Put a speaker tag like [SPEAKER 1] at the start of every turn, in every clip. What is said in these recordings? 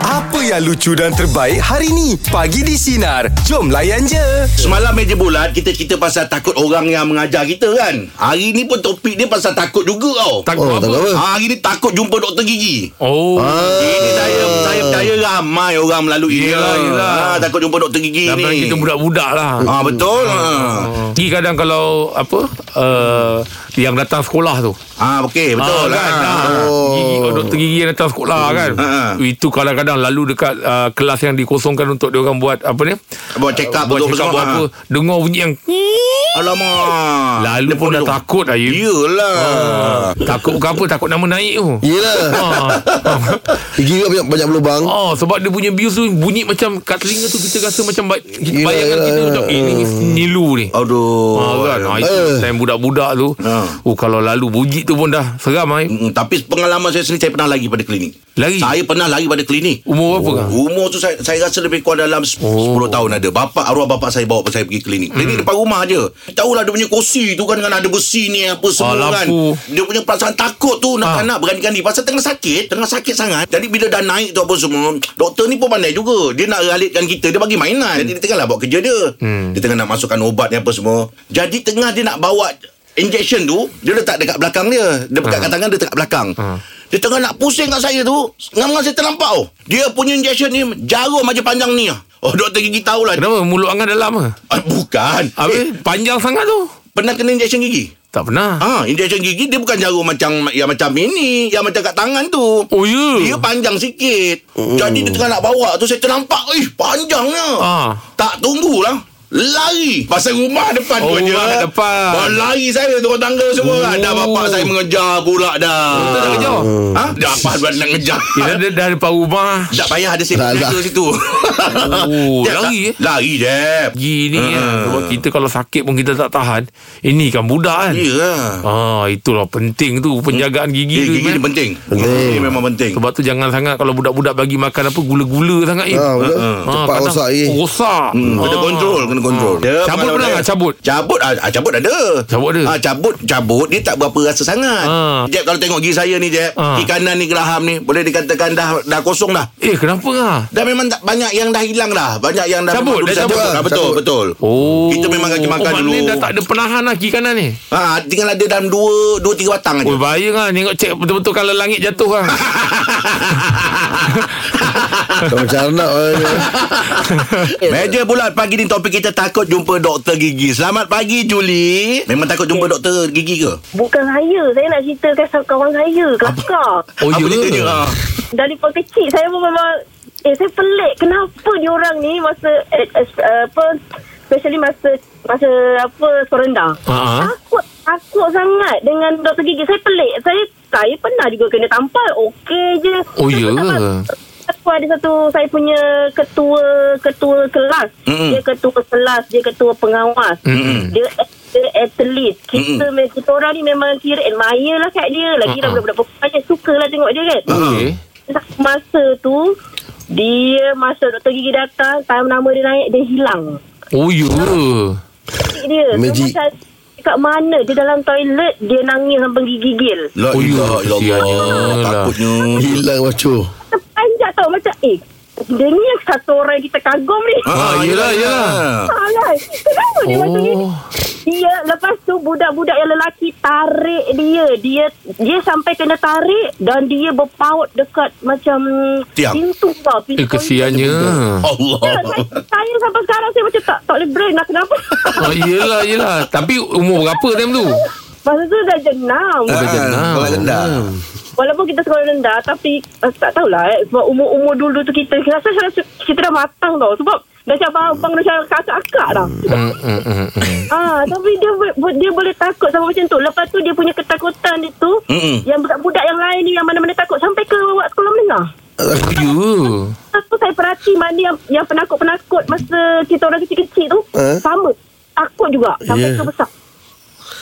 [SPEAKER 1] Apa yang lucu dan terbaik hari ni? Pagi di Sinar. Jom layan je.
[SPEAKER 2] Semalam meja bulat kita cerita pasal takut orang yang mengajar kita kan. Hari ni pun topik dia pasal takut juga tau.
[SPEAKER 3] Takut Oh, apa? takut apa?
[SPEAKER 2] Ha, hari ni takut jumpa doktor gigi.
[SPEAKER 4] Oh.
[SPEAKER 2] Ini Eh, saya saya percaya ramai orang melalui dia.
[SPEAKER 4] Yelah, yelah.
[SPEAKER 2] Ha, takut jumpa doktor gigi
[SPEAKER 4] Sampai
[SPEAKER 2] ni.
[SPEAKER 4] kita budak-budak lah.
[SPEAKER 2] Ha, betul. Ha,
[SPEAKER 4] Gigi kadang kalau apa uh, yang datang sekolah tu.
[SPEAKER 2] ha okey, betul
[SPEAKER 4] Ah,
[SPEAKER 2] kan.
[SPEAKER 4] Ah. Gigi oh, doktor gigi yang datang sekolah kan.
[SPEAKER 2] Ah.
[SPEAKER 4] Itu kadang-kadang lalu dekat uh, kelas yang dikosongkan untuk dia orang buat apa ni?
[SPEAKER 2] Buat check up
[SPEAKER 4] buat
[SPEAKER 2] betul
[SPEAKER 4] check up buat apa? Dengar bunyi yang
[SPEAKER 2] Alamak. Ah. Dia Ya.
[SPEAKER 4] lalu
[SPEAKER 2] Ah.
[SPEAKER 4] pun dah
[SPEAKER 2] duduk.
[SPEAKER 4] takut dah you.
[SPEAKER 2] Yelah.
[SPEAKER 4] Takut bukan apa takut nama naik tu.
[SPEAKER 3] Yelah
[SPEAKER 4] Ah.
[SPEAKER 3] Gigi kau banyak, banyak berlubang
[SPEAKER 4] Oh sebab dia punya bius tu bunyi macam kat telinga tu kita rasa macam ba- kita
[SPEAKER 3] Yelah,
[SPEAKER 4] bayangkan
[SPEAKER 3] yelah,
[SPEAKER 4] kita
[SPEAKER 3] yelah.
[SPEAKER 4] macam eh, ni nilu ni.
[SPEAKER 2] Aduh.
[SPEAKER 4] Oh, kan? Ha,
[SPEAKER 2] Ah,
[SPEAKER 4] itu
[SPEAKER 3] Eh.
[SPEAKER 4] time budak-budak tu.
[SPEAKER 2] Ha.
[SPEAKER 4] Oh, kalau lalu bunyi tu pun dah seram. Eh.
[SPEAKER 2] Mm, tapi pengalaman saya sendiri saya pernah lari pada klinik.
[SPEAKER 4] Lari?
[SPEAKER 2] Saya pernah lari pada klinik.
[SPEAKER 4] Umur berapa kan?
[SPEAKER 2] Umur tu saya, saya rasa lebih kurang dalam
[SPEAKER 4] Oh. Hmm.
[SPEAKER 2] oh. 10 tahun ada. Bapa arwah bapa saya bawa saya pergi klinik. Klinik depan rumah aje. Tahulah dia punya kursi tu kan dengan ada besi ni apa semua
[SPEAKER 4] Ah,
[SPEAKER 2] kan.
[SPEAKER 4] lampu.
[SPEAKER 2] Dia punya perasaan takut tu nak
[SPEAKER 4] Ah.
[SPEAKER 2] nak beranikan diri pasal tengah sakit, tengah sakit sangat. Jadi bila dah naik tu apa semua, doktor ni pun pandai juga. Dia nak ralitkan kita, dia bagi mainan. Jadi dia tengahlah buat kerja dia.
[SPEAKER 4] Hmm.
[SPEAKER 2] Dia tengah nak masukkan ubat ni apa semua. Jadi tengah dia nak bawa injection tu, dia letak dekat belakang dia. Dia
[SPEAKER 4] Ah.
[SPEAKER 2] pegang kat tangan dia dekat belakang. Dia tengah nak pusing kat saya tu Ngam-ngam saya terlampau Dia punya injection ni Jarum aja panjang ni Oh doktor gigi tahulah
[SPEAKER 4] Kenapa? Mulut angan dalam ke?
[SPEAKER 2] ah, Bukan
[SPEAKER 4] Habis
[SPEAKER 2] eh,
[SPEAKER 4] panjang sangat tu.
[SPEAKER 2] Pernah kena injection gigi?
[SPEAKER 4] Tak pernah.
[SPEAKER 2] Ha, injection gigi dia bukan jarum macam yang macam ini, yang macam kat tangan tu.
[SPEAKER 4] Oh, ya.
[SPEAKER 2] Dia panjang sikit. Mm. Jadi dia tengah nak bawa tu saya ternampak, eh panjangnya.
[SPEAKER 4] Ha.
[SPEAKER 2] Tak tunggulah. Lari Pasal rumah depan
[SPEAKER 4] Oh,
[SPEAKER 2] tu je
[SPEAKER 4] rumah kat depan.
[SPEAKER 2] Wah, Lari saya turun tangga semua kan Dah bapak saya mengejar pula dah
[SPEAKER 4] Betul Oh, tak kejar?
[SPEAKER 2] Ha? Dah apa nak ngejar
[SPEAKER 4] Kita dah, dah depan rumah.
[SPEAKER 2] Tak payah ada
[SPEAKER 3] Dah,
[SPEAKER 2] safety
[SPEAKER 3] dah.
[SPEAKER 2] dah. situ
[SPEAKER 4] Oh,
[SPEAKER 2] Jeb,
[SPEAKER 4] lari, eh?
[SPEAKER 2] Lari Jeb
[SPEAKER 4] Gini uh. kan.
[SPEAKER 2] Ha.
[SPEAKER 4] Sebab kita kalau sakit pun kita tak tahan. Ini kan budak kan?
[SPEAKER 2] Ya lah
[SPEAKER 4] Ah, itulah penting tu penjagaan gigi
[SPEAKER 2] Eh,
[SPEAKER 4] tu.
[SPEAKER 2] Gigi
[SPEAKER 4] man.
[SPEAKER 2] ni penting Gigi memang penting
[SPEAKER 4] Sebab tu jangan sangat kalau budak-budak bagi makan apa gula-gula sangat eh.
[SPEAKER 2] Ah,
[SPEAKER 3] Ha, betul.
[SPEAKER 4] Ha,
[SPEAKER 3] Cepat
[SPEAKER 4] kadang
[SPEAKER 3] rosak lagi.
[SPEAKER 4] Rosak.
[SPEAKER 2] Hmm, kena
[SPEAKER 4] Ha.
[SPEAKER 2] kontrol, kena kontrol.
[SPEAKER 4] Dia Cabut pernah tak cabut?
[SPEAKER 2] Cabut ah, ah, cabut ada.
[SPEAKER 4] Cabut ada.
[SPEAKER 2] Ah cabut cabut dia tak berapa rasa sangat.
[SPEAKER 4] Ah.
[SPEAKER 2] Jeb kalau tengok gigi saya ni Jeb,
[SPEAKER 4] Ah.
[SPEAKER 2] gigi kanan ni geraham ni boleh dikatakan dah dah kosong dah.
[SPEAKER 4] Eh, kenapa ah?
[SPEAKER 2] Dah memang tak banyak yang dah hilang dah. Banyak yang dah
[SPEAKER 4] Cabut,
[SPEAKER 2] memang
[SPEAKER 4] dah
[SPEAKER 2] dah
[SPEAKER 4] cabut.
[SPEAKER 2] Ah, betul
[SPEAKER 3] Cabut.
[SPEAKER 2] betul.
[SPEAKER 4] Oh.
[SPEAKER 2] Kita memang kaki makan
[SPEAKER 4] oh,
[SPEAKER 2] dulu.
[SPEAKER 4] maknanya dah tak ada penahan lah kiri kanan ni.
[SPEAKER 2] Ha, tinggal ada dalam dua dua tiga batang aja.
[SPEAKER 4] Oh, bahaya kan. Tengok cek betul-betul kalau langit jatuh kan.
[SPEAKER 3] Kau macam anak eh,
[SPEAKER 2] Meja bulat pagi ni topik kita takut jumpa doktor gigi. Selamat pagi Juli. Memang takut jumpa doktor gigi ke?
[SPEAKER 5] Bukan saya. Saya nak ceritakan sama kawan saya. Kelakar.
[SPEAKER 4] Oh,
[SPEAKER 2] Apa
[SPEAKER 4] ya.
[SPEAKER 2] ceritanya? Ah.
[SPEAKER 5] Daripada kecil saya pun memang... Eh, saya pelik. Kenapa diorang ni masa... Eh, eh, apa... Especially masa... Masa apa... Sekolah rendah.
[SPEAKER 4] Ha.
[SPEAKER 5] Takut. Takut sangat dengan doktor gigi. Saya pelik. Saya... Saya pernah juga kena tampal. Okey je.
[SPEAKER 4] Oh, ya
[SPEAKER 5] Lepas tu
[SPEAKER 4] ke?
[SPEAKER 5] Aku ada satu saya punya ketua ketua kelas.
[SPEAKER 2] Mm-mm.
[SPEAKER 5] Mm-hmm. Dia ketua kelas, dia ketua pengawas. Mm-mm. Dia dia atlet. Kita mm kita orang ni memang kira admire lah kat dia. Lagi
[SPEAKER 4] Mm-mm.
[SPEAKER 5] uh-huh. budak-budak perempuan je suka lah tengok dia kan.
[SPEAKER 4] Okey.
[SPEAKER 5] Masa tu dia masa doktor gigi datang, time nama dia naik dia hilang.
[SPEAKER 4] Oh, ya.
[SPEAKER 5] Adik Dia tu
[SPEAKER 3] Magic.
[SPEAKER 5] macam kat mana dia dalam toilet dia nangis sampai gigil.
[SPEAKER 2] La
[SPEAKER 4] Oh, ya,
[SPEAKER 2] ilaha illallah.
[SPEAKER 4] kesiannya lah.
[SPEAKER 2] Takutnya.
[SPEAKER 3] Hilang macu
[SPEAKER 5] Terpanjat tau macam eh dia ni yang satu orang yang kita kagum ni.
[SPEAKER 2] Ha,
[SPEAKER 4] Ah, yelah, yelah.
[SPEAKER 5] Alah, kenapa dia macam ni?
[SPEAKER 4] Oh.
[SPEAKER 5] Dia lepas tu budak-budak yang lelaki tarik dia. Dia dia sampai kena tarik dan dia berpaut dekat macam
[SPEAKER 2] Tiang.
[SPEAKER 5] pintu tau. Pintu
[SPEAKER 4] Eh, kesiannya.
[SPEAKER 2] Allah.
[SPEAKER 5] Ya, saya, saya sampai sekarang saya macam tak tak boleh brain lah kenapa.
[SPEAKER 4] Oh, yelah, yelah. Tapi umur berapa time tu?
[SPEAKER 5] Masa tu dah jenam.
[SPEAKER 4] Oh, dah
[SPEAKER 2] Ah,
[SPEAKER 4] jenam.
[SPEAKER 2] sekolah rendah.
[SPEAKER 5] Walaupun kita sekolah rendah tapi uh, tak tahulah eh, sebab umur-umur dulu tu kita kita rasa rasa kita dah matang tau sebab dah macam abang dah macam kakak-kakak dah.
[SPEAKER 4] Hmm, hmm, hmm, hmm.
[SPEAKER 5] Ah, tapi dia bo- bo- dia boleh takut sama macam tu. Lepas tu dia punya ketakutan dia tu
[SPEAKER 2] Mm-mm.
[SPEAKER 5] yang budak-budak yang lain ni yang mana-mana takut sampai ke awak sekolah menengah.
[SPEAKER 4] Oh, ya.
[SPEAKER 5] Lepas tu saya perhati mana yang yang penakut-penakut masa kita orang kecil-kecil tu
[SPEAKER 3] Eh?
[SPEAKER 5] sama. Takut juga
[SPEAKER 3] Yeah.
[SPEAKER 5] sampai ke besar.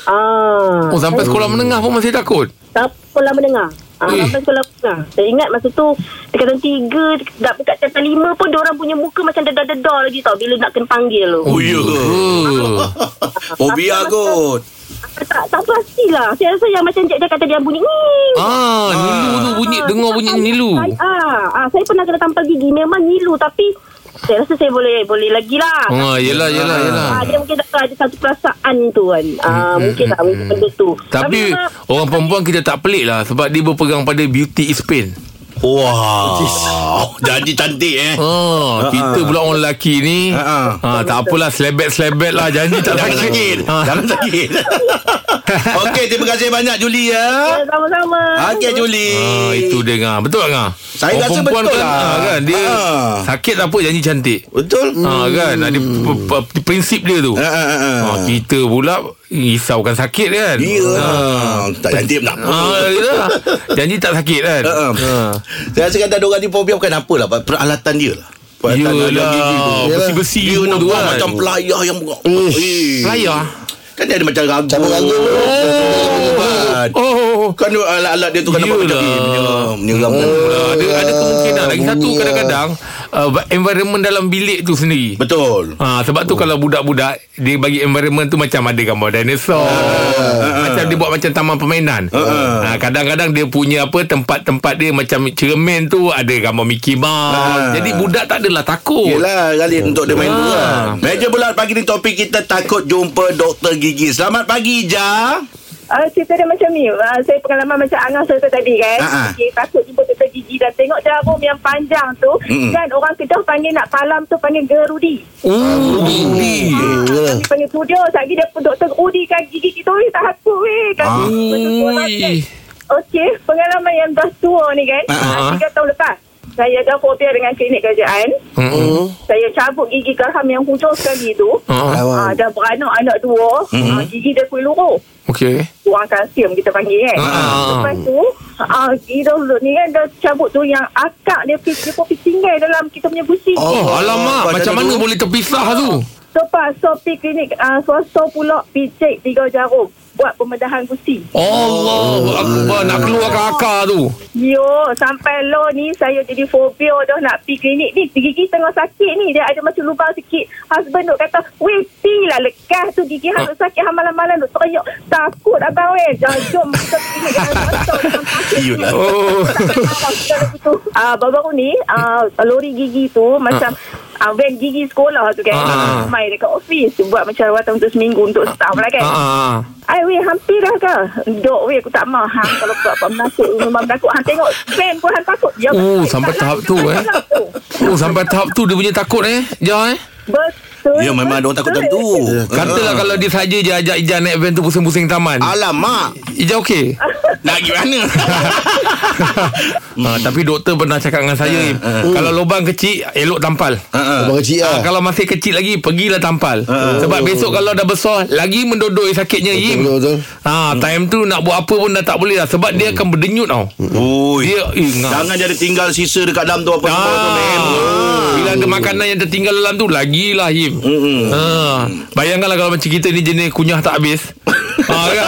[SPEAKER 5] Ah.
[SPEAKER 4] Oh, sampai sekolah menengah pun masih takut?
[SPEAKER 5] Sampai sekolah menengah. Ah,
[SPEAKER 4] Eh.
[SPEAKER 5] sampai sekolah menengah. Saya ingat masa tu dekatan tiga, dah dekat dekatan lima pun orang punya muka macam
[SPEAKER 4] Oh.
[SPEAKER 2] ya.
[SPEAKER 5] dedah-dedah lagi tau bila nak kena panggil tu.
[SPEAKER 2] Oh, ya ke?
[SPEAKER 4] Ya.
[SPEAKER 2] Fobia kot.
[SPEAKER 5] tak tak pastilah. Saya rasa yang macam Jack dia kata dia bunyi ni.
[SPEAKER 4] Ah, nilu tu bunyi dengar bunyi nilu.
[SPEAKER 5] Saya, ah, ah, saya pernah kena tampal gigi memang nilu tapi saya rasa saya boleh boleh lagi lah.
[SPEAKER 4] Ah, yelah yelah yelah. Hmm,
[SPEAKER 5] Ah, dia mungkin tak ada satu perasaan tu kan. Ah, mungkin tak mungkin benda tu.
[SPEAKER 4] Tapi
[SPEAKER 5] memang-
[SPEAKER 4] orang perempuan kita tak pelik lah sebab dia berpegang pada beauty is pain.
[SPEAKER 2] Wah. Jadi cantik eh.
[SPEAKER 4] Oh, kita pula orang lelaki ni
[SPEAKER 2] Ha,
[SPEAKER 4] ha, tak apalah selebet-selebet lah janji tak
[SPEAKER 2] Jangan sakit.
[SPEAKER 4] sakit. Ha.
[SPEAKER 2] Jangan sakit. Okey, terima kasih banyak Julie
[SPEAKER 5] Ya,
[SPEAKER 2] ya.
[SPEAKER 5] sama-sama.
[SPEAKER 2] Okey Julie.
[SPEAKER 4] Ah, itu dia ngah. Betul tak ngah?
[SPEAKER 2] Saya rasa betul
[SPEAKER 4] kan,
[SPEAKER 2] lah.
[SPEAKER 4] ah, kan dia
[SPEAKER 2] Ah.
[SPEAKER 4] sakit tak apa janji cantik.
[SPEAKER 2] Betul?
[SPEAKER 4] Ha kan ada p- p- p- prinsip dia tu.
[SPEAKER 2] Hmm. Ha, ha, ha, ha.
[SPEAKER 4] Ha, kita pula risaukan sakit kan.
[SPEAKER 2] Ya.
[SPEAKER 4] Ha.
[SPEAKER 2] Tak cantik nak.
[SPEAKER 4] Ha, yelah. janji tak sakit kan.
[SPEAKER 2] Ha. Saya rasa kata ada orang ni fobia bukan apa lah peralatan dia lah. Peralatan dalam gigi tu.
[SPEAKER 4] Yelah, besi-besi
[SPEAKER 2] Dia
[SPEAKER 4] semua tu
[SPEAKER 2] nampak
[SPEAKER 4] kan.
[SPEAKER 2] macam pelayar yang Eh.
[SPEAKER 4] Pelayar?
[SPEAKER 2] Kan dia ada macam ragu.
[SPEAKER 3] Cabut ragu.
[SPEAKER 2] Kan.
[SPEAKER 4] Oh, oh, oh.
[SPEAKER 2] Kan dia alat-alat dia tu kan nampak macam
[SPEAKER 4] Yelah.
[SPEAKER 2] eh, menyeram, menyeram.
[SPEAKER 4] Ah, ada ada kemungkinan lagi satu
[SPEAKER 3] bunyi, ah.
[SPEAKER 4] kadang-kadang uh, environment dalam bilik tu sendiri.
[SPEAKER 2] Betul.
[SPEAKER 4] Ha, sebab tu oh. kalau budak-budak dia bagi environment tu macam ada gambar dinosaur. macam dia buat macam taman permainan.
[SPEAKER 2] Ah.
[SPEAKER 4] Ha, kadang-kadang dia punya apa tempat-tempat dia macam cermin tu ada gambar Mickey Mouse.
[SPEAKER 2] Ah.
[SPEAKER 4] Jadi budak tak adalah takut.
[SPEAKER 2] Yelah Khalid untuk dia main
[SPEAKER 4] Ah.
[SPEAKER 2] tu kan Meja bulat pagi ni topik kita takut jumpa doktor gigi Selamat pagi Ija
[SPEAKER 5] Ah, cerita dia macam ni. Ah, saya pengalaman macam Angah cerita tadi kan.
[SPEAKER 4] Ah,
[SPEAKER 2] Ha, ha.
[SPEAKER 5] Okey, takut jumpa doktor gigi dan tengok jarum yang panjang tu.
[SPEAKER 2] Mm-mm.
[SPEAKER 4] Hmm,
[SPEAKER 5] Kan orang Kedah panggil nak palam tu panggil gerudi.
[SPEAKER 4] Ui.
[SPEAKER 5] Ah, kami panggil studio. Sekejap lagi dia pun doktor gerudi kan gigi kita. Weh, takut weh.
[SPEAKER 4] Ah.
[SPEAKER 5] Kami bertutur
[SPEAKER 4] Ui.
[SPEAKER 5] Okey, pengalaman yang dah tua ni kan.
[SPEAKER 4] Ha, ha.
[SPEAKER 5] uh Tiga tahun lepas. Saya dah fobia dengan klinik kerajaan.
[SPEAKER 4] Mm-mm.
[SPEAKER 5] Saya cabut gigi gerham yang hujung sekali tu.
[SPEAKER 4] Ah,
[SPEAKER 5] Ah,
[SPEAKER 3] Awang.
[SPEAKER 5] dah beranak anak dua. Ah, gigi dia kuluruh.
[SPEAKER 4] Okey.
[SPEAKER 5] Orang kalsium kita panggil kan.
[SPEAKER 4] Ah.
[SPEAKER 5] Lepas tu, ah, gigi dahulu ni kan dah cabut tu yang akak dia, pi- dia pun tinggal dalam kita punya gusi.
[SPEAKER 4] Oh,
[SPEAKER 2] Oh, pada
[SPEAKER 4] alamak macam
[SPEAKER 2] dulu.
[SPEAKER 4] mana boleh terpisah tu?
[SPEAKER 5] Lepas so pergi klinik ah, swasta pula pijik tiga jarum. Buat pembedahan gusi.
[SPEAKER 4] Allah akbar nak keluar kakak tu.
[SPEAKER 5] Yo, sampai lo ni saya jadi fobia dah nak pergi klinik ni. Gigi tengah sakit ni. Dia ada macam lubang sikit. Husband duk kata, weh, pi lah lekas tu gigi hang duk sakit. Hang malam-malam duk teriak. Takut abang weh. Jangan jom kita pergi klinik. Jangan kosong, jangan sakit.
[SPEAKER 2] Iyalah.
[SPEAKER 4] Oh.
[SPEAKER 5] Ah, baru-baru ni, ah, lori gigi tu macam... Ah, van gigi sekolah tu kan
[SPEAKER 4] Ah, ah, ah.
[SPEAKER 5] ah. Main dekat office Buat macam rawatan untuk seminggu Untuk staff lah kan
[SPEAKER 4] Ha ah.
[SPEAKER 5] Ai weh hampir dah ke? Dok weh aku tak mau hang kalau buat buat menakut memang menakut. Hang tengok fan pun hang takut. Ya,
[SPEAKER 4] Oh,
[SPEAKER 5] betul.
[SPEAKER 4] sampai
[SPEAKER 5] Tak
[SPEAKER 4] tahap
[SPEAKER 5] lah,
[SPEAKER 4] tu,
[SPEAKER 5] tak
[SPEAKER 4] eh.
[SPEAKER 5] lah tu.
[SPEAKER 4] Oh sampai tahap tu dia punya takut eh. Jah eh.
[SPEAKER 5] Betul.
[SPEAKER 2] Ya memang ada orang takut macam tu
[SPEAKER 4] Katalah
[SPEAKER 2] Ah.
[SPEAKER 4] kalau dia saja je ajak Ijah naik van tu pusing-pusing taman.
[SPEAKER 2] Alamak
[SPEAKER 4] Ijah okey.
[SPEAKER 2] Hmm. Nak pergi mana
[SPEAKER 4] Ha, tapi doktor pernah cakap dengan saya Im,
[SPEAKER 3] Ah,
[SPEAKER 4] Kalau lubang kecil Elok tampal
[SPEAKER 2] Ha, ha.
[SPEAKER 3] Abang kecil
[SPEAKER 4] ha,
[SPEAKER 3] lah.
[SPEAKER 4] Kalau masih kecil lagi Pergilah tampal Sebab besok kalau dah besar Lagi mendodoi sakitnya Im
[SPEAKER 3] Ah, Betul, betul. Hmm.
[SPEAKER 4] Ha, Time tu nak buat apa pun Dah tak boleh lah Sebab dia akan berdenyut tau
[SPEAKER 2] Ui.
[SPEAKER 4] Dia ingat
[SPEAKER 2] Jangan jadi tinggal sisa dekat dalam tu apa semua tu memang.
[SPEAKER 4] Ah, bila ada makanan yang tertinggal dalam tu Lagilah Him ha, Bayangkanlah kalau macam kita ni Jenis kunyah tak habis ha, kan?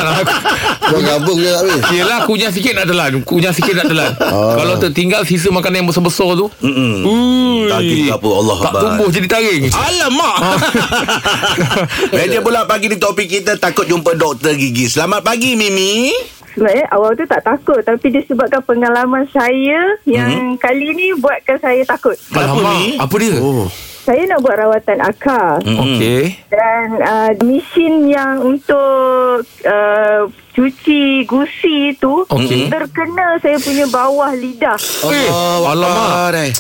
[SPEAKER 3] Abang gabung je tak habis.
[SPEAKER 4] Yelah kunyah sikit nak telan Kunyah sikit nak telan
[SPEAKER 3] Ah.
[SPEAKER 4] Kalau tertinggal sisa makanan yang besar-besar tu Ui,
[SPEAKER 2] Daging Hmm. tak apa, Allah
[SPEAKER 4] Tak
[SPEAKER 2] abad.
[SPEAKER 4] tumbuh jadi taring
[SPEAKER 2] Alamak Meja pula pagi ni topik kita Takut jumpa doktor gigi Selamat pagi Mimi
[SPEAKER 5] Sebenarnya eh, awal tu tak takut tapi disebabkan pengalaman saya
[SPEAKER 2] Mhm.
[SPEAKER 5] yang kali ni buatkan saya takut.
[SPEAKER 2] Kenapa, Mi?
[SPEAKER 4] Alamak, Apa dia? Eh? Oh.
[SPEAKER 5] Saya nak buat rawatan akar
[SPEAKER 4] Okey
[SPEAKER 5] dan uh, mesin yang untuk uh, cuci gusi tu
[SPEAKER 4] Okey.
[SPEAKER 5] terkena saya punya bawah lidah
[SPEAKER 4] Eh, Alamak
[SPEAKER 2] Alamak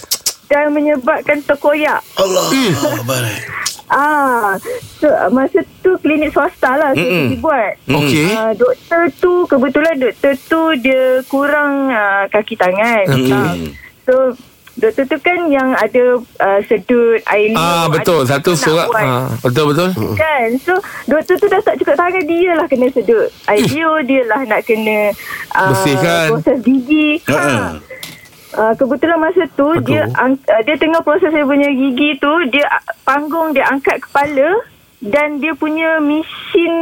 [SPEAKER 5] dan menyebabkan terkoyak.
[SPEAKER 2] Allah Akbar.
[SPEAKER 5] Ah, so, ah, masa tu klinik swasta lah saya
[SPEAKER 2] Mm-mm.
[SPEAKER 5] pergi buat.
[SPEAKER 2] Hmm.
[SPEAKER 4] Okey
[SPEAKER 5] Ah, doktor tu kebetulan doktor tu dia kurang ah, kaki tangan.
[SPEAKER 4] Mm-mm.
[SPEAKER 5] Ah, so doktor tu kan yang ada ah, sedut air liur.
[SPEAKER 4] Ah betul
[SPEAKER 5] ada
[SPEAKER 4] satu
[SPEAKER 5] nak
[SPEAKER 4] surat
[SPEAKER 5] buat,
[SPEAKER 4] ah, betul betul.
[SPEAKER 2] Hmm.
[SPEAKER 5] Kan So Doktor tu dah tak cukup tangan Dia lah kena sedut Air liur Dia lah nak kena ah,
[SPEAKER 4] Bersihkan.
[SPEAKER 5] Proses gigi
[SPEAKER 2] Ha-ha.
[SPEAKER 5] ha. Uh, kebetulan masa tu
[SPEAKER 4] Aduh.
[SPEAKER 5] dia ang, uh, dia tengah proses saya punya gigi tu dia uh, panggung dia angkat kepala dan dia punya mesin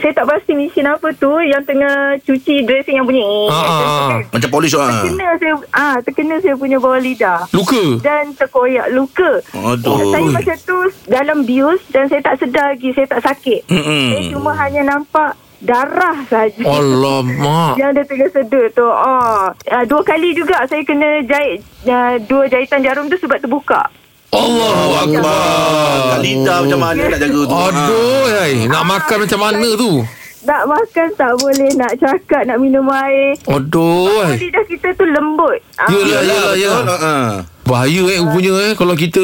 [SPEAKER 5] saya tak pasti mesin apa tu yang tengah cuci dressing yang bunyi.
[SPEAKER 4] Ah, ah, ah.
[SPEAKER 2] Macam polis orang
[SPEAKER 5] Terkena saya ah terkena saya punya bawah lidah
[SPEAKER 4] Luka.
[SPEAKER 5] dan terkoyak luka.
[SPEAKER 2] Aduh.
[SPEAKER 5] Saya
[SPEAKER 4] Hmm.
[SPEAKER 5] masa tu dalam bius dan saya tak sedar lagi saya tak sakit. Mm-mm. Saya cuma Eh, hanya nampak darah saja.
[SPEAKER 4] Oh. Alamak.
[SPEAKER 5] Yang dia tengah sedut tu. Ah, ah, dua kali juga saya kena jahit ah, dua jahitan jarum tu sebab terbuka.
[SPEAKER 4] Allahu akbar.
[SPEAKER 2] Kalita Ah, macam mana nak jaga tu? Ah.
[SPEAKER 4] Aduh, hai. nak makan macam mana tu?
[SPEAKER 5] Nak makan tak boleh, nak cakap, nak minum air.
[SPEAKER 4] Aduh, hai.
[SPEAKER 5] Lidah kita tu lembut.
[SPEAKER 2] Ha.
[SPEAKER 5] Ah,
[SPEAKER 4] Eh. Yelah,
[SPEAKER 2] Yalah,
[SPEAKER 4] yelah,
[SPEAKER 2] betul.
[SPEAKER 4] yelah.
[SPEAKER 2] Ha.
[SPEAKER 4] Bahaya eh rupanya eh Kalau kita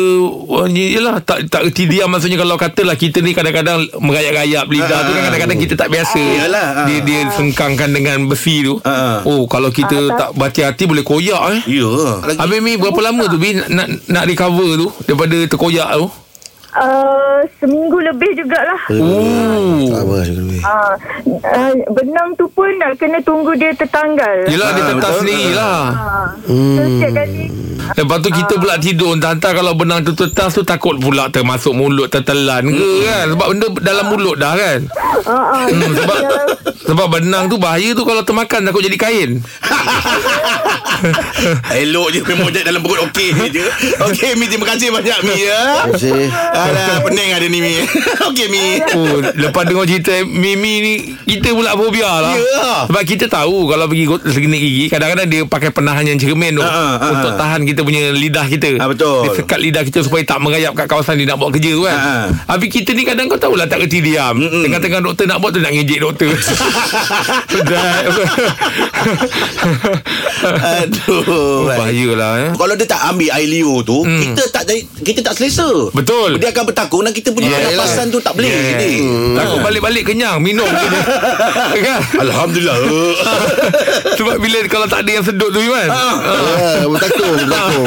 [SPEAKER 4] uh, Yelah tak, tak reti diam Maksudnya kalau katalah Kita ni kadang-kadang Merayap-rayap lidah tu kan Kadang-kadang kita tak biasa
[SPEAKER 2] Ah.
[SPEAKER 4] eh.
[SPEAKER 2] Yalah, ah.
[SPEAKER 4] Dia dia sengkangkan dengan besi tu
[SPEAKER 2] Ah.
[SPEAKER 4] Oh kalau kita tak berhati-hati Boleh koyak eh
[SPEAKER 2] Ya.
[SPEAKER 4] Habis Mi berapa lama tu Mi nak, nak, nak recover tu Daripada terkoyak tu
[SPEAKER 5] ah, seminggu lebih jugalah.
[SPEAKER 4] Oh
[SPEAKER 3] Sama sekali.
[SPEAKER 5] Ah, ah, benang tu pun nak kena tunggu dia tertanggal.
[SPEAKER 4] Yelah dia
[SPEAKER 2] Ah,
[SPEAKER 4] tetap
[SPEAKER 2] betul.
[SPEAKER 4] sendiri lah
[SPEAKER 5] Ah, so, setiap kali
[SPEAKER 4] Lepas tu kita pula tidur Entah-entah kalau benang tu tertas tu Takut pula termasuk mulut tertelan ke kan Sebab benda dalam mulut dah kan
[SPEAKER 5] Ah, ah,
[SPEAKER 4] Hmm, sebab sebab benang tu bahaya tu kalau termakan takut jadi kain.
[SPEAKER 2] Elok je memang jahit dalam perut okey je. Okey Mi terima kasih banyak Mi ya.
[SPEAKER 3] Terima kasih.
[SPEAKER 2] Alah pening ada ni Mi. Okey Mi.
[SPEAKER 4] Oh, lepas dengar cerita Mimi ni kita pula fobia lah.
[SPEAKER 2] Ya.
[SPEAKER 4] Sebab kita tahu kalau pergi go- segenik gigi kadang-kadang dia pakai penahan yang cermin tu
[SPEAKER 2] Ha, ha, ha.
[SPEAKER 4] untuk tahan kita punya lidah kita.
[SPEAKER 2] Ha, betul.
[SPEAKER 4] Dia sekat lidah kita supaya tak merayap kat kawasan dia nak buat kerja tu kan.
[SPEAKER 2] Ha,
[SPEAKER 4] Habis kita ni kadang kau tahulah tak reti diam.
[SPEAKER 2] Mm-mm.
[SPEAKER 4] Tengah-tengah doktor nak buat tu nak ngejek doktor. Sedap.
[SPEAKER 2] Aduh.
[SPEAKER 4] Bahayalah eh.
[SPEAKER 2] Kalau dia tak ambil air liur tu hmm. Kita tak jadi Kita tak selesa
[SPEAKER 4] Betul.
[SPEAKER 2] Dia akan bertakung Dan kita punya yeah,
[SPEAKER 4] Yelah.
[SPEAKER 2] nafasan tu tak boleh yeah. jadi
[SPEAKER 4] Hmm. Takut balik-balik kenyang Minum je dia. kan?
[SPEAKER 2] Alhamdulillah
[SPEAKER 4] Sebab bila Kalau tak ada yang sedut tu Iman
[SPEAKER 3] Ya, bertakung, bertakung.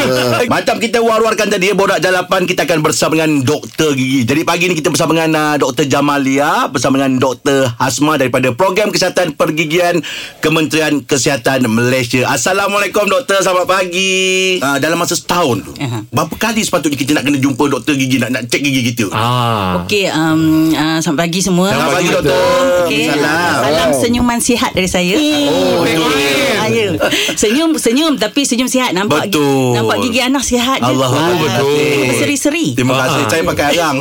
[SPEAKER 3] Ha.
[SPEAKER 2] Macam kita war-warkan tadi Borak Jalapan Kita akan bersama dengan Doktor Gigi Jadi pagi ni kita bersama dengan uh, Doktor Jamalia Bersama dengan Doktor Hasma Daripada Program Kesihatan Pergigian Kementerian Kesihatan Malaysia Assalamualaikum Doktor Selamat pagi uh, Dalam masa setahun tu Berapa kali sepatutnya kita nak kena jumpa Doktor Gigi Nak, nak cek gigi kita
[SPEAKER 4] Ah.
[SPEAKER 6] Okey, um, uh, selamat pagi semua.
[SPEAKER 2] Selamat pagi
[SPEAKER 4] Doktor.
[SPEAKER 2] Doktor
[SPEAKER 6] Okey. Salam. Salam senyuman sihat dari saya. Oh, saya. Senyum senyum tapi senyum sihat nampak gi-
[SPEAKER 2] Betul.
[SPEAKER 6] nampak gigi anak sihat je.
[SPEAKER 2] Allah
[SPEAKER 6] Ah,
[SPEAKER 2] betul.
[SPEAKER 6] Berseri-seri.
[SPEAKER 2] Terima kasih. Saya pakai arang.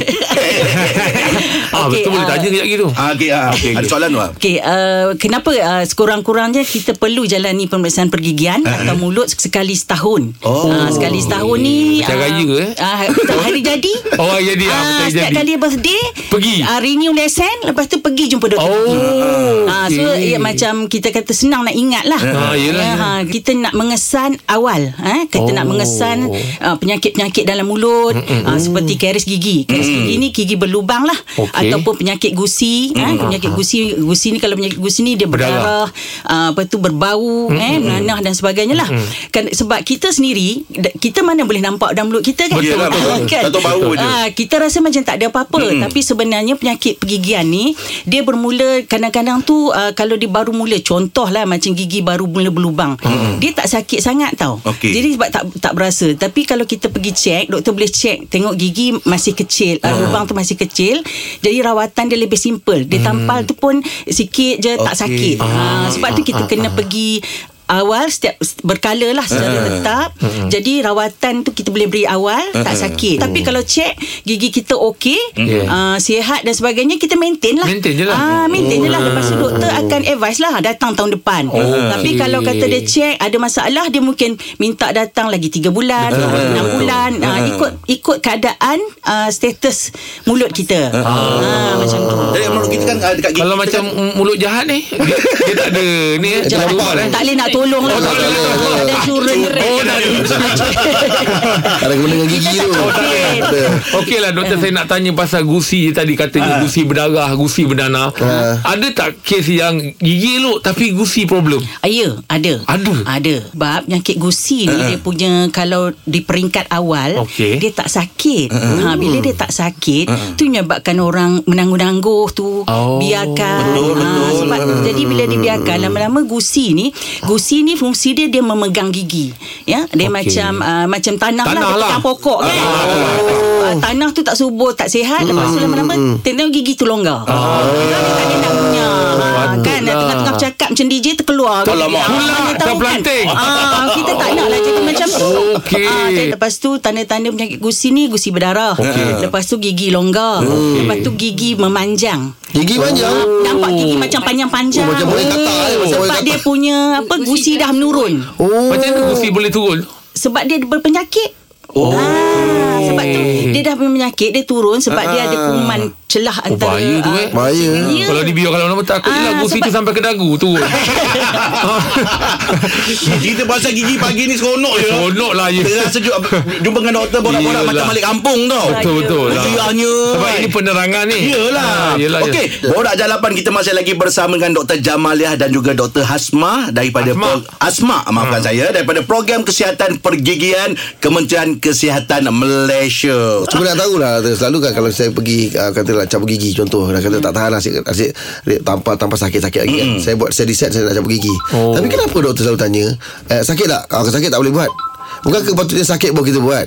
[SPEAKER 4] Ah,
[SPEAKER 6] Okey,
[SPEAKER 4] betul boleh
[SPEAKER 6] ah.
[SPEAKER 4] tanya kejap gitu.
[SPEAKER 2] Ah, Okey, ah, okey. Ada soalan tu? ah?
[SPEAKER 6] Okey, uh, kenapa uh, sekurang-kurangnya kita perlu jalani pemeriksaan pergigian
[SPEAKER 4] Eh,
[SPEAKER 6] atau mulut sekali setahun.
[SPEAKER 2] Oh.
[SPEAKER 6] Ah, sekali setahun ni
[SPEAKER 4] Macam raya, eh?
[SPEAKER 6] ah, betul, hari jadi.
[SPEAKER 4] Oh, hari jadi, ah, betul, hari
[SPEAKER 6] setiap
[SPEAKER 4] jadi.
[SPEAKER 6] kali birthday
[SPEAKER 4] Pergi.
[SPEAKER 6] ah, renew lesen lepas tu pergi jumpa doktor.
[SPEAKER 4] Oh,
[SPEAKER 6] Ah, so
[SPEAKER 4] okey.
[SPEAKER 6] ya, macam kita kata senang nak ingat lah.
[SPEAKER 4] Ah, yelah,
[SPEAKER 6] Ya,
[SPEAKER 4] yelah.
[SPEAKER 6] ha, kita nak mengesan awal. Eh? Kita
[SPEAKER 4] Oh.
[SPEAKER 6] oh. nak mengesan ah, penyakit-penyakit dalam mulut ah, seperti karies gigi. Karies gigi ni gigi berlubang lah.
[SPEAKER 4] Okey.
[SPEAKER 6] Ataupun penyakit gusi. Eh? Penyakit gusi gusi ni kalau penyakit gusi ni dia
[SPEAKER 4] Berdarah.
[SPEAKER 6] berdarah. ah, apa tu berbau. Eh? Nanah dan sebagainya lah. Kan, sebab kita sendiri da- kita mana boleh nampak dalam mulut kita kan?
[SPEAKER 2] Betul,
[SPEAKER 4] lah,
[SPEAKER 6] Ah,
[SPEAKER 2] betul, betul.
[SPEAKER 6] kan?
[SPEAKER 2] Tak tahu bau je.
[SPEAKER 6] Ah, kita rasa macam tak ada apa-apa hmm. tapi sebenarnya penyakit pergigian ni dia bermula kadang-kadang tu uh, kalau dia baru mula contohlah macam gigi baru mula berlubang hmm. dia tak sakit sangat tau
[SPEAKER 2] Okey.
[SPEAKER 6] jadi sebab tak tak berasa tapi kalau kita pergi cek doktor boleh cek tengok gigi masih kecil uh, lubang tu masih kecil jadi rawatan dia lebih simple dia tampal tu pun sikit je tak sakit Mm. ah, sebab tu kita kena pergi awal setiap berkala lah secara tetap jadi rawatan tu kita boleh beri awal tak sakit tapi kalau cek gigi kita okey
[SPEAKER 4] Yeah.
[SPEAKER 6] uh, sihat dan sebagainya kita maintain lah
[SPEAKER 4] Maintain je lah.
[SPEAKER 6] ah, maintain je lah lepas tu doktor akan advise lah datang tahun depan
[SPEAKER 4] Oh,
[SPEAKER 6] tapi kalau kata dia cek ada masalah dia mungkin minta datang lagi 3 bulan 6 bulan Ah, ikut ikut keadaan uh, status mulut kita Ah, macam tu
[SPEAKER 4] Eh,
[SPEAKER 2] Jadi menurut kita kan ah, dekat gigi
[SPEAKER 4] Kalau
[SPEAKER 2] kita
[SPEAKER 4] macam
[SPEAKER 2] kan-
[SPEAKER 4] mm, mulut jahat ni dia, dia tak ada ni eh,
[SPEAKER 6] Jangan-
[SPEAKER 4] keluar, eh.
[SPEAKER 6] tak boleh nak tolong lah.
[SPEAKER 4] Oh, tak boleh.
[SPEAKER 6] Ada surun.
[SPEAKER 4] Oh, tak
[SPEAKER 3] Ada kena dengan gigi tu.
[SPEAKER 6] Oh, tak ada.
[SPEAKER 3] Ada.
[SPEAKER 4] Okey lah
[SPEAKER 6] Ah.
[SPEAKER 4] doktor saya nak tanya pasal gusi je tadi katanya gusi berdarah, gusi berdanah.
[SPEAKER 6] Ah.
[SPEAKER 4] Ada tak kes yang gigi elok tapi gusi problem?
[SPEAKER 6] Ah, Ya, ada.
[SPEAKER 4] Ada? Eh,
[SPEAKER 6] Ada. Sebab penyakit gusi ni dia punya kalau di peringkat awal
[SPEAKER 4] Okey. Eh,
[SPEAKER 6] dia tak sakit. Ha bila dia tak sakit tu menyebabkan orang menangguh-nangguh tu
[SPEAKER 4] Oh. Hmm.
[SPEAKER 6] biarkan. Betul, betul. sebab jadi bila dibiarkan lama-lama gusi ni gusi ni fungsi dia dia memegang gigi. Ya, dia
[SPEAKER 4] Okey.
[SPEAKER 6] macam uh, macam tanah,
[SPEAKER 4] Tanah
[SPEAKER 6] lah, dia
[SPEAKER 4] lah.
[SPEAKER 6] tekan pokok kan. Ah,
[SPEAKER 4] Hmm.
[SPEAKER 6] tanah tu tak subur, tak sihat, lepas tu lama-lama tendang gigi tu longgar. Ah. Dia tak boleh nak punya. Ah, kan
[SPEAKER 4] patutlah. lah,
[SPEAKER 6] tengah-tengah bercakap macam DJ terkeluar kan.
[SPEAKER 4] Alamak.
[SPEAKER 6] Ah,
[SPEAKER 4] Pula,
[SPEAKER 6] mana tahu
[SPEAKER 4] terpelanting.
[SPEAKER 6] kan. Ah, kita tak nak lah jadi macam tu.
[SPEAKER 4] Okey.
[SPEAKER 6] Ah, jadi lepas tu tanda-tanda penyakit gusi ni gusi berdarah.
[SPEAKER 4] Okey.
[SPEAKER 6] Lepas tu gigi longgar. Lepas tu gigi memanjang.
[SPEAKER 3] Gigi panjang.
[SPEAKER 6] Ah, Nampak gigi macam panjang-panjang.
[SPEAKER 3] Oh, macam boleh tatar, eh, macam boleh
[SPEAKER 6] Sebab dia punya apa gusi dah menurun.
[SPEAKER 3] Oh.
[SPEAKER 4] Macam mana kursi boleh turun?
[SPEAKER 6] Sebab dia berpenyakit. Oh. Ah, sebab tu dia dah punya penyakit dia turun sebab dia ada kuman celah antara.
[SPEAKER 4] Ah. bahaya tu,
[SPEAKER 6] ah,
[SPEAKER 4] eh.
[SPEAKER 3] Bahaya.
[SPEAKER 6] Ya.
[SPEAKER 4] Kalau dibiarkan lama-lama takut
[SPEAKER 6] Ah,
[SPEAKER 4] lah kursi tu
[SPEAKER 6] sebab-
[SPEAKER 4] sampai ke dagu turun.
[SPEAKER 2] Cerita pasal gigi pagi ni seronok je.
[SPEAKER 4] Seronok lah ya.
[SPEAKER 2] Tengah sejuk Jumpa dengan doktor Borak-borak
[SPEAKER 4] Yelah.
[SPEAKER 2] macam balik kampung tau
[SPEAKER 4] Betul-betul lah.
[SPEAKER 2] Gerianya
[SPEAKER 4] Sebab ini penerangan ni.
[SPEAKER 2] Yelah.
[SPEAKER 4] Ah, yelah.
[SPEAKER 2] Okey, Borak Jalapan kita masih lagi bersama dengan Dr. Jamaliah dan juga Dr. Hasma daripada
[SPEAKER 4] Asma.
[SPEAKER 2] pro- Asma
[SPEAKER 4] Ah.
[SPEAKER 2] maafkan saya daripada program kesihatan pergigian Kementerian Kesihatan Malaysia.
[SPEAKER 3] Cuma nak tahulah Selalu kan kalau saya pergi uh, Kata nak cabut gigi Contoh Dah kata tak tahan lah Asyik, asyik tanpa, tanpa sakit-sakit lagi kan Saya buat Saya decide saya nak cabut gigi
[SPEAKER 4] Oh.
[SPEAKER 3] oh. Tapi kenapa doktor selalu tanya eh, Sakit tak? Ah, Kalau sakit tak boleh buat Bukan ke patutnya sakit baru kita buat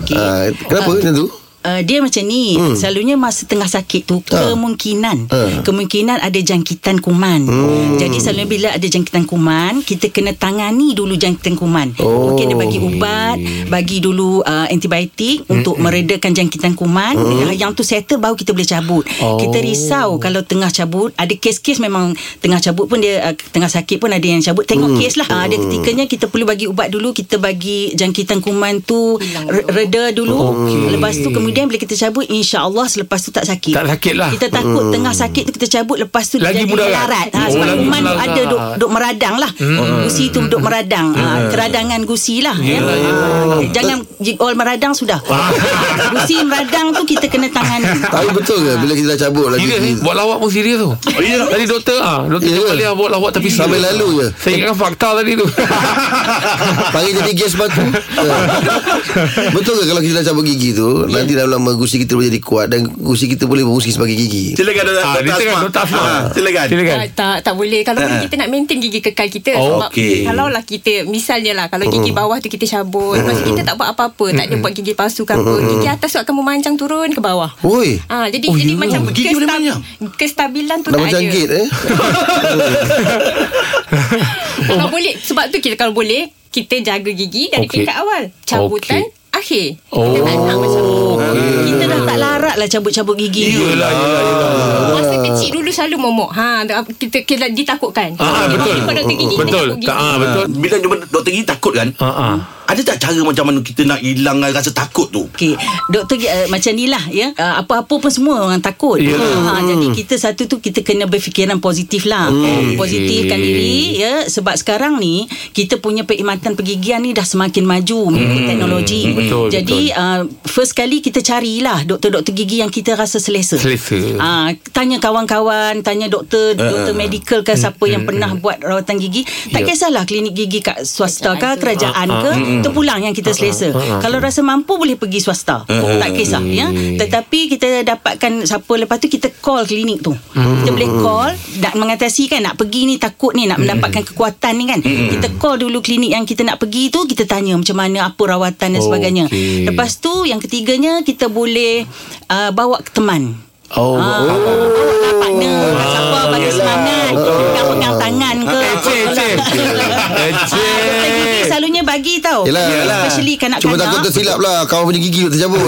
[SPEAKER 6] Okey.
[SPEAKER 3] Ah, Kenapa macam tu?
[SPEAKER 6] Uh, dia macam ni hmm. Selalunya masa tengah sakit tu
[SPEAKER 3] Ah.
[SPEAKER 6] Kemungkinan
[SPEAKER 3] Ah.
[SPEAKER 6] Kemungkinan ada jangkitan kuman hmm. Jadi selalunya bila ada jangkitan kuman Kita kena tangani dulu jangkitan kuman
[SPEAKER 3] Oh.
[SPEAKER 6] Mungkin dia bagi ubat Bagi dulu uh, antibiotik Untuk meredakan jangkitan kuman Bila Yang tu settle baru kita boleh cabut
[SPEAKER 4] Oh.
[SPEAKER 6] Kita risau kalau tengah cabut Ada kes-kes memang tengah cabut pun dia uh, Tengah sakit pun ada yang cabut Tengok kes lah uh, Ada ketikanya kita perlu bagi ubat dulu Kita bagi jangkitan kuman tu re- Reda dulu okay. Lepas tu kemudian bila kita cabut InsyaAllah selepas tu tak sakit
[SPEAKER 4] Tak sakit lah.
[SPEAKER 6] Kita takut hmm. tengah sakit tu kita cabut Lepas tu dia
[SPEAKER 4] Lagi
[SPEAKER 6] jadi
[SPEAKER 4] mudarat.
[SPEAKER 6] melarat ha,
[SPEAKER 4] Oh,
[SPEAKER 6] Sebab
[SPEAKER 4] lagi Hmm.
[SPEAKER 6] kuman tu
[SPEAKER 4] melarat.
[SPEAKER 6] ada duk, duk meradang lah Gusi tu duk meradang ha, Keradangan gusi lah ya.
[SPEAKER 4] Yelah, Ah.
[SPEAKER 6] Ah, Jangan all meradang sudah Gusi meradang tu kita kena tangan
[SPEAKER 3] Tapi betul ke Bila kita dah cabut lagi
[SPEAKER 4] Serius Oh, ni Buat lawak pun serius tu
[SPEAKER 2] ya?
[SPEAKER 4] Tadi doktor ah, Doktor
[SPEAKER 3] Ya.
[SPEAKER 4] yeah. Jamaliah buat lawak tapi serius
[SPEAKER 3] Sampai lalu je.
[SPEAKER 4] Saya ingatkan fakta tadi tu
[SPEAKER 3] Panggil jadi gas batu Ah. Betul ke kalau kita dah cabut gigi tu Nanti dalam lama gusi kita boleh jadi kuat Dan gusi kita boleh berfungsi sebagai gigi
[SPEAKER 2] Silakan Dr.
[SPEAKER 4] Ah, dia
[SPEAKER 2] Dr.
[SPEAKER 4] tengah
[SPEAKER 2] Asma.
[SPEAKER 4] Dr. Asma
[SPEAKER 2] Ah, silakan.
[SPEAKER 4] Silakan
[SPEAKER 7] Tak, tak, tak boleh. Kalau boleh kita nak maintain gigi kekal kita.
[SPEAKER 4] Kan? Ha. Oh, Hmm.
[SPEAKER 7] Sebab
[SPEAKER 2] okey.
[SPEAKER 7] kalau lah kita, misalnya lah, kalau gigi bawah tu kita cabut. Lepas tu kita tak buat apa-apa. Tak ada buat gigi palsu ke apa. Gigi atas tu akan memanjang turun ke bawah.
[SPEAKER 3] Oi
[SPEAKER 7] Ah, jadi
[SPEAKER 4] Hmm. Oh,
[SPEAKER 7] oh, jadi
[SPEAKER 4] ya.
[SPEAKER 7] macam
[SPEAKER 2] Gigi boleh
[SPEAKER 7] kestab-
[SPEAKER 2] panjang?
[SPEAKER 7] kestabilan tu
[SPEAKER 3] Dah
[SPEAKER 7] tak
[SPEAKER 3] macam
[SPEAKER 7] lah, ada.
[SPEAKER 3] gate eh
[SPEAKER 7] Kalau boleh sebab tu kita kalau boleh kita jaga gigi dari
[SPEAKER 4] Oh. Okey.
[SPEAKER 7] okay. tingkat awal. Cabutan okay. akhir. Kita tak nak macam tu.
[SPEAKER 4] Oh
[SPEAKER 6] Kita dah tak larat lah cabut-cabut gigi
[SPEAKER 4] Yelah yelah yelah
[SPEAKER 7] Masa kecil dulu selalu momok. Ha kita, kita ditakutkan.
[SPEAKER 4] Ah, betul.
[SPEAKER 7] Kalau doktor gigi kita
[SPEAKER 4] Betul.
[SPEAKER 7] cabut gigi.
[SPEAKER 4] Tak, ah, betul.
[SPEAKER 2] Bila jumpa doktor gigi takut kan?
[SPEAKER 4] Ah, ah.
[SPEAKER 2] Ada tak cara macam mana kita nak hilangkan rasa takut tu?
[SPEAKER 6] Okey, doktor uh, macam ni lah ya. Uh, apa-apa pun semua orang takut.
[SPEAKER 4] Yelah.
[SPEAKER 6] Ha, jadi
[SPEAKER 4] Hmm.
[SPEAKER 6] kita satu tu kita kena berfikiran positif lah. Positifkan diri ya sebab sekarang ni kita punya perkhidmatan pergigian ni dah semakin maju mengikut teknologi.
[SPEAKER 4] Hmm. Betul,
[SPEAKER 6] jadi Uh, first kali kita carilah doktor-doktor gigi yang kita rasa selesa.
[SPEAKER 4] Selesa.
[SPEAKER 6] Ah, tanya kawan-kawan, tanya doktor,
[SPEAKER 4] Ah,
[SPEAKER 6] doktor medical ke siapa yang pernah buat rawatan gigi.
[SPEAKER 4] Hmm,
[SPEAKER 6] Tak
[SPEAKER 4] Ya.
[SPEAKER 6] kisahlah klinik gigi kat swasta ke kerajaan
[SPEAKER 4] Ah, ah,
[SPEAKER 6] ke, tu pulang yang kita selesa. Kalau rasa mampu boleh pergi swasta.
[SPEAKER 4] Ah,
[SPEAKER 6] Tak kisah ya.
[SPEAKER 4] Hmm.
[SPEAKER 6] Tetapi kita dapatkan siapa lepas tu kita call klinik tu.
[SPEAKER 4] Hmm.
[SPEAKER 6] Kita boleh call nak mengatasi kan nak pergi ni takut ni
[SPEAKER 4] Hmm.
[SPEAKER 6] nak mendapatkan kekuatan ni kan. Kita call dulu klinik yang kita nak pergi tu, kita tanya macam mana apa rawatan dan sebagainya.
[SPEAKER 4] Okey.
[SPEAKER 6] Lepas tu yang ketiganya kita boleh uh, bawa ke teman.
[SPEAKER 4] Oh
[SPEAKER 6] Ah, awak partner kat siapa bagi semangat nak pegang tangan ke
[SPEAKER 4] Eceh Eceh Eceh
[SPEAKER 6] Ah, doktor gigi selalunya bagi tau
[SPEAKER 3] Yelah.
[SPEAKER 6] Especially
[SPEAKER 3] Cuma takut
[SPEAKER 6] kanak-kanak
[SPEAKER 3] tersilap lah Kawan punya gigi tercabut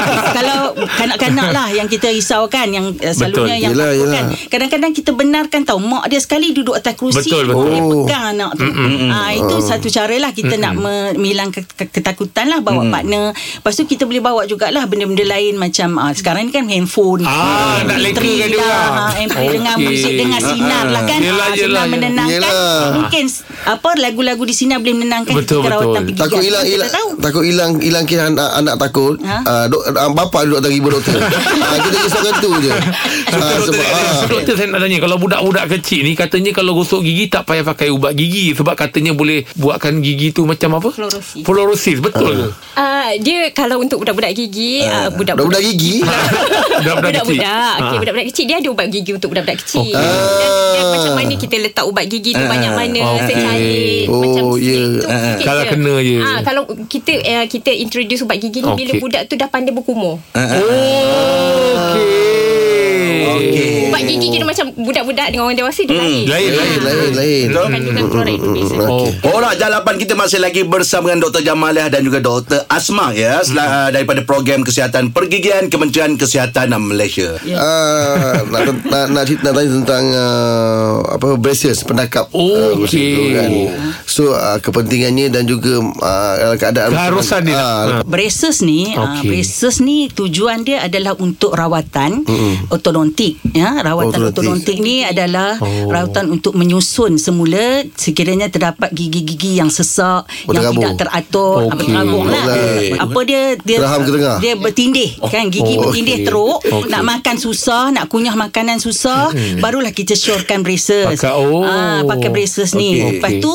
[SPEAKER 6] Kalau kanak-kanak lah Yang kita risaukan Yang uh, selalunya
[SPEAKER 4] Betul.
[SPEAKER 6] yang
[SPEAKER 3] Yelah,
[SPEAKER 6] takut kan
[SPEAKER 3] yelah.
[SPEAKER 6] Kadang-kadang kita benarkan tau Mak dia sekali duduk atas kerusi
[SPEAKER 4] Betul, betul.
[SPEAKER 6] Dia
[SPEAKER 3] Oh.
[SPEAKER 6] pegang anak tu ah, Itu satu cara lah Kita nak me- menghilangkan ke- ketakutan lah
[SPEAKER 4] Mm.
[SPEAKER 6] Bawa partner Lepas tu kita boleh bawa jugalah Benda-benda lain Macam ah, Sekarang ni kan handphone
[SPEAKER 4] Ah, nak lekakan dia
[SPEAKER 6] lah
[SPEAKER 4] orang.
[SPEAKER 6] ah, MP dengan
[SPEAKER 4] Okey.
[SPEAKER 6] muzik Dengan sinar lah kan
[SPEAKER 4] Yelah,
[SPEAKER 6] Ah,
[SPEAKER 4] yelah,
[SPEAKER 6] Sinar
[SPEAKER 4] yelah.
[SPEAKER 6] menenangkan
[SPEAKER 3] Yelah.
[SPEAKER 6] Mungkin s- apa lagu-lagu di sinar Boleh menenangkan
[SPEAKER 4] Betul,
[SPEAKER 6] kita rawatan
[SPEAKER 4] betul.
[SPEAKER 6] pergi
[SPEAKER 3] Takut hilang hilang takut hilang hilangkan anak anak takut.
[SPEAKER 6] Ha?
[SPEAKER 3] Ha? Uh, dok, uh, bapa duduk atas ribu doktor. uh, kita risaukan tu je. Uh, sebab uh,
[SPEAKER 4] Ah, Doktor saya nak tanya Kalau budak-budak kecil ni Katanya kalau gosok gigi Tak payah pakai ubat gigi Sebab katanya boleh Buatkan gigi tu macam apa?
[SPEAKER 7] Fluorosis.
[SPEAKER 4] Fluorosis Betul ke?
[SPEAKER 7] Ah, dia kalau untuk budak-budak gigi, ah, budak-budak
[SPEAKER 3] budak-budak gigi.
[SPEAKER 4] Budak-budak kecil Ah.
[SPEAKER 7] Budak-budak okay, Budak-budak kecil Dia ada ubat gigi Untuk budak-budak kecil dan, dan
[SPEAKER 3] Ah.
[SPEAKER 7] macam mana Kita letak ubat gigi tu Banyak mana
[SPEAKER 4] Oh, Okey.
[SPEAKER 7] Secari Macam
[SPEAKER 3] Oh,
[SPEAKER 7] stick
[SPEAKER 3] ya.
[SPEAKER 7] tu sikit
[SPEAKER 4] Kalau
[SPEAKER 7] je.
[SPEAKER 4] kena je.
[SPEAKER 7] Ah, Kalau kita eh, Kita introduce ubat gigi ni Bila
[SPEAKER 4] Okey.
[SPEAKER 3] Ah.
[SPEAKER 4] Oh,
[SPEAKER 7] budak tu Dah pandai berkumur
[SPEAKER 4] Okey Okey.
[SPEAKER 7] Sebab gigi kita macam budak-budak dengan orang dewasa dia lain.
[SPEAKER 4] Hmm, Lain lain.
[SPEAKER 3] Lain Hmm. Ah, lain lain
[SPEAKER 7] Kandungan klorat Indonesia.
[SPEAKER 4] Oh.
[SPEAKER 2] Orang jalapan kita masih lagi bersama dengan Dr. Jamalah dan juga Dr. Asma ya sel-
[SPEAKER 4] Hmm.
[SPEAKER 2] ah, daripada program kesihatan pergigian Kementerian Kesihatan Malaysia.
[SPEAKER 4] Ya.
[SPEAKER 3] Ah, nak, nak, nak, cerita- nak tanya tentang uh, apa braces pendakap
[SPEAKER 4] Oh,
[SPEAKER 3] Ah, macam tu
[SPEAKER 4] okey.
[SPEAKER 3] so uh, kepentingannya dan juga uh, keadaan
[SPEAKER 4] Keharusan dia nak-
[SPEAKER 3] Ah,
[SPEAKER 4] ha.
[SPEAKER 6] Braces ni okay. uh,
[SPEAKER 4] Okey.
[SPEAKER 6] Braces ni Tujuan dia adalah Untuk rawatan mm-hmm. Ortodontik ya? Rawatan
[SPEAKER 3] Ortodontik.
[SPEAKER 6] ortodontik ni adalah
[SPEAKER 4] Oh.
[SPEAKER 6] oh. Rawatan untuk menyusun semula Sekiranya terdapat gigi-gigi yang sesak
[SPEAKER 3] Oh,
[SPEAKER 6] Yang
[SPEAKER 3] terabur.
[SPEAKER 6] tidak teratur
[SPEAKER 4] Okey.
[SPEAKER 6] okay. Terabur lah
[SPEAKER 3] Okey.
[SPEAKER 6] Apa dia dia,
[SPEAKER 3] Geraham ke tengah?
[SPEAKER 6] dia bertindih kan Gigi
[SPEAKER 3] Oh,
[SPEAKER 6] oh, bertindih
[SPEAKER 4] okey.
[SPEAKER 6] teruk
[SPEAKER 4] Okey.
[SPEAKER 6] Nak makan susah Nak kunyah makanan susah Barulah kita syorkan braces
[SPEAKER 4] Pakai- oh.
[SPEAKER 6] Ah, Pakai braces
[SPEAKER 4] Okey.
[SPEAKER 6] ni okay. Lepas
[SPEAKER 4] Okey.
[SPEAKER 6] tu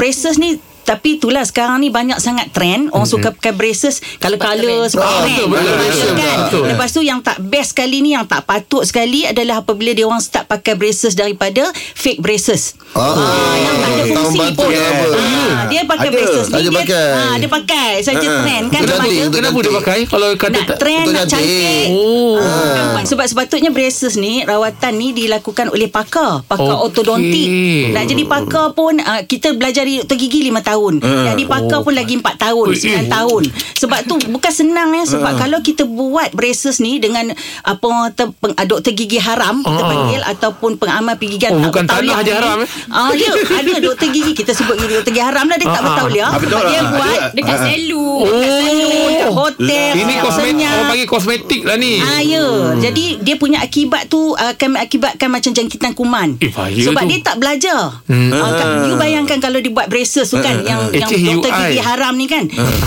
[SPEAKER 6] braces ni tapi itulah sekarang ni banyak sangat trend orang mm-hmm. suka pakai braces color-color
[SPEAKER 3] Mhm.
[SPEAKER 6] sebab
[SPEAKER 3] Ah,
[SPEAKER 6] trend
[SPEAKER 3] betul, betul,
[SPEAKER 6] Ah,
[SPEAKER 3] betul,
[SPEAKER 6] kan?
[SPEAKER 4] betul.
[SPEAKER 6] lepas tu yang tak best sekali ni yang tak patut sekali adalah apabila dia orang start pakai braces daripada fake braces
[SPEAKER 3] Ah.
[SPEAKER 6] yang tak ada
[SPEAKER 3] Tak
[SPEAKER 6] fungsi
[SPEAKER 3] membantu
[SPEAKER 6] pun
[SPEAKER 3] dia apa.
[SPEAKER 6] Ah, dia pakai
[SPEAKER 2] Ada.
[SPEAKER 6] braces ni
[SPEAKER 3] Ada
[SPEAKER 6] dia,
[SPEAKER 3] pakai.
[SPEAKER 6] ah, dia pakai saja trend
[SPEAKER 3] Untuk
[SPEAKER 6] kan remaja.
[SPEAKER 3] cantik, untuk
[SPEAKER 4] Kenapa dia
[SPEAKER 3] cantik.
[SPEAKER 4] pakai kalau kata
[SPEAKER 6] nak
[SPEAKER 4] tak
[SPEAKER 6] trend
[SPEAKER 3] Untuk
[SPEAKER 6] nak
[SPEAKER 3] cantik.
[SPEAKER 6] cantik
[SPEAKER 4] Oh.
[SPEAKER 6] Ah. Sebab sepatutnya braces ni Rawatan ni dilakukan oleh pakar Pakar
[SPEAKER 4] Okey.
[SPEAKER 6] okay. ortodontik Nak jadi pakar pun uh, Kita belajar dari doktor gigi 5 tahun
[SPEAKER 4] Ah.
[SPEAKER 6] Jadi pakar
[SPEAKER 4] Oh.
[SPEAKER 6] pun lagi 4 tahun
[SPEAKER 4] Ui,
[SPEAKER 6] 9
[SPEAKER 4] eh.
[SPEAKER 6] tahun Sebab tu bukan senang ya
[SPEAKER 4] Ah.
[SPEAKER 6] Sebab kalau kita buat braces ni Dengan apa orang kata peng, ah, Doktor gigi haram Kita
[SPEAKER 4] Ah.
[SPEAKER 6] panggil Ataupun pengamal
[SPEAKER 4] Oh,
[SPEAKER 6] pergigian tak
[SPEAKER 4] bukan
[SPEAKER 6] bertauliah
[SPEAKER 4] tanah je
[SPEAKER 6] ni.
[SPEAKER 4] haram, eh?
[SPEAKER 6] Ah, ya, ada doktor gigi Kita sebut gigi doktor gigi haram lah Dia tak
[SPEAKER 4] Ah, ah.
[SPEAKER 6] bertauliah
[SPEAKER 2] Ah, betul
[SPEAKER 6] Sebab dia
[SPEAKER 2] lah.
[SPEAKER 6] buat
[SPEAKER 2] Ada.
[SPEAKER 7] Dekat
[SPEAKER 3] Ah,
[SPEAKER 7] selu.
[SPEAKER 3] Oh.
[SPEAKER 6] Dekat
[SPEAKER 4] Oh.
[SPEAKER 6] hotel
[SPEAKER 4] Ini
[SPEAKER 6] dekat
[SPEAKER 4] kosmetik
[SPEAKER 6] senyap.
[SPEAKER 4] orang panggil kosmetik lah ni.
[SPEAKER 6] Ah ya. Jadi dia punya akibat tu akan mengakibatkan macam jangkitan kuman.
[SPEAKER 4] Eh, bahaya
[SPEAKER 6] Sebab
[SPEAKER 4] tu. Hmm.
[SPEAKER 6] dia tak belajar. Ah, kan, you bayangkan kalau dia buat braces tu kan yang
[SPEAKER 4] Eh,
[SPEAKER 6] yang
[SPEAKER 4] cik,
[SPEAKER 6] doktor
[SPEAKER 4] UI.
[SPEAKER 6] gigi haram ni kan.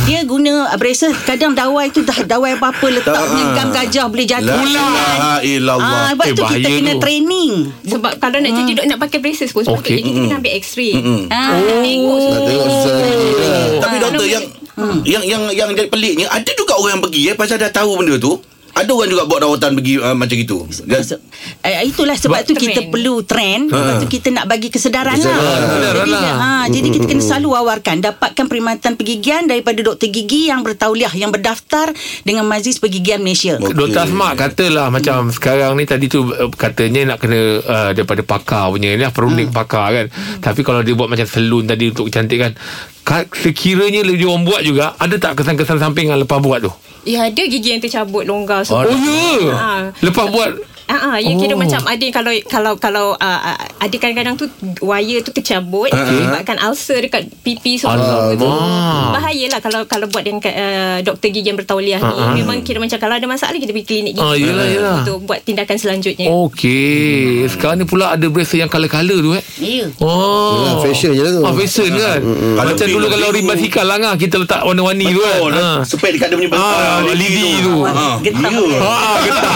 [SPEAKER 6] Dia guna ah, braces kadang dawai tu dah dawai
[SPEAKER 4] Ah,
[SPEAKER 6] apa-apa letak
[SPEAKER 2] Tak.
[SPEAKER 6] punya gam gajah boleh
[SPEAKER 4] Ya,
[SPEAKER 6] jatuh.
[SPEAKER 2] La ilaha illallah.
[SPEAKER 6] Ah, lepas
[SPEAKER 4] Lah. Eh,
[SPEAKER 6] tu kita
[SPEAKER 4] bahaya
[SPEAKER 6] kena
[SPEAKER 4] tu.
[SPEAKER 6] training.
[SPEAKER 7] Sebab kalau nak
[SPEAKER 3] Ah.
[SPEAKER 7] jadi dok nak pakai braces pun sebab
[SPEAKER 4] Okey.
[SPEAKER 7] okay.
[SPEAKER 3] Hmm.
[SPEAKER 7] kita kena ambil x-ray.
[SPEAKER 6] Ah,
[SPEAKER 4] Oh.
[SPEAKER 7] Nak tengok
[SPEAKER 3] nak tengok susah gigi lah
[SPEAKER 2] Tapi doktor yang
[SPEAKER 4] Hmm.
[SPEAKER 2] yang yang yang jadi peliknya ada juga orang yang pergi eh pasal dah tahu benda tu. Ada orang juga buat rawatan pergi uh, macam itu. Dan,
[SPEAKER 6] Se- eh, itulah sebab tu
[SPEAKER 7] Trend.
[SPEAKER 6] kita perlu trend lepas tu kita nak bagi kesedaran lah
[SPEAKER 4] Ha. Kesedaran
[SPEAKER 6] jadi,
[SPEAKER 4] lah.
[SPEAKER 6] ha, jadi kita kena selalu wawarkan dapatkan perkhidmatan pergigian daripada doktor gigi yang bertauliah yang berdaftar dengan Majlis Pergigian Malaysia
[SPEAKER 2] Okey.
[SPEAKER 4] Dr. Asma katalah macam sekarang ni tadi tu uh, katanya nak kena uh, daripada pakar punya ni lah, perunding
[SPEAKER 2] Hmm.
[SPEAKER 4] pakar kan. Tapi kalau dia buat macam selun tadi untuk kecantikan ka- sekiranya dia orang buat juga ada tak kesan-kesan sampingan lepas buat tu?
[SPEAKER 7] Ya ada gigi yang tercabut longgar
[SPEAKER 4] Oh,
[SPEAKER 7] semua.
[SPEAKER 4] ya.
[SPEAKER 7] Ah.
[SPEAKER 4] Lepas buat
[SPEAKER 7] Ah, ah, you
[SPEAKER 4] Oh.
[SPEAKER 7] kira macam ada yang kalau kalau kalau ah, ah, ada kadang-kadang tu wire tu tercabut
[SPEAKER 4] Ha,
[SPEAKER 7] menyebabkan ulcer dekat pipi semua tu.
[SPEAKER 4] Alamak.
[SPEAKER 7] Bahayalah kalau kalau buat dengan uh, doktor gigi yang bertauliah ni. Memang kira macam kalau ada masalah kita pergi klinik
[SPEAKER 4] Ha,
[SPEAKER 7] gigi.
[SPEAKER 4] Ah, yelah, yelah. Oh,
[SPEAKER 7] Untuk buat tindakan selanjutnya.
[SPEAKER 2] Hmm.
[SPEAKER 4] Okey. Sekarang ni pula ada bracer yang color-color tu eh.
[SPEAKER 6] Ya.
[SPEAKER 4] Oh.
[SPEAKER 3] Yelah, fashion je lah tu.
[SPEAKER 4] Ah, fashion kan.
[SPEAKER 2] Hmm, Kalau
[SPEAKER 4] Macam dulu
[SPEAKER 2] biru,
[SPEAKER 4] kalau
[SPEAKER 2] biru.
[SPEAKER 4] ribbon sikal lah kan, kita letak warna-warni tu kan.
[SPEAKER 2] Betul.
[SPEAKER 4] Ah.
[SPEAKER 2] Sepek dekat dia punya
[SPEAKER 4] Ah, lidi tu.
[SPEAKER 2] Ah,
[SPEAKER 6] Getah.
[SPEAKER 2] ya.
[SPEAKER 4] Ah, getah.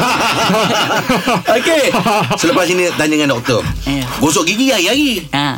[SPEAKER 2] Okey. Selepas ini tanya dengan doktor.
[SPEAKER 6] Ya.
[SPEAKER 2] Gosok gigi hari-hari.
[SPEAKER 6] ha.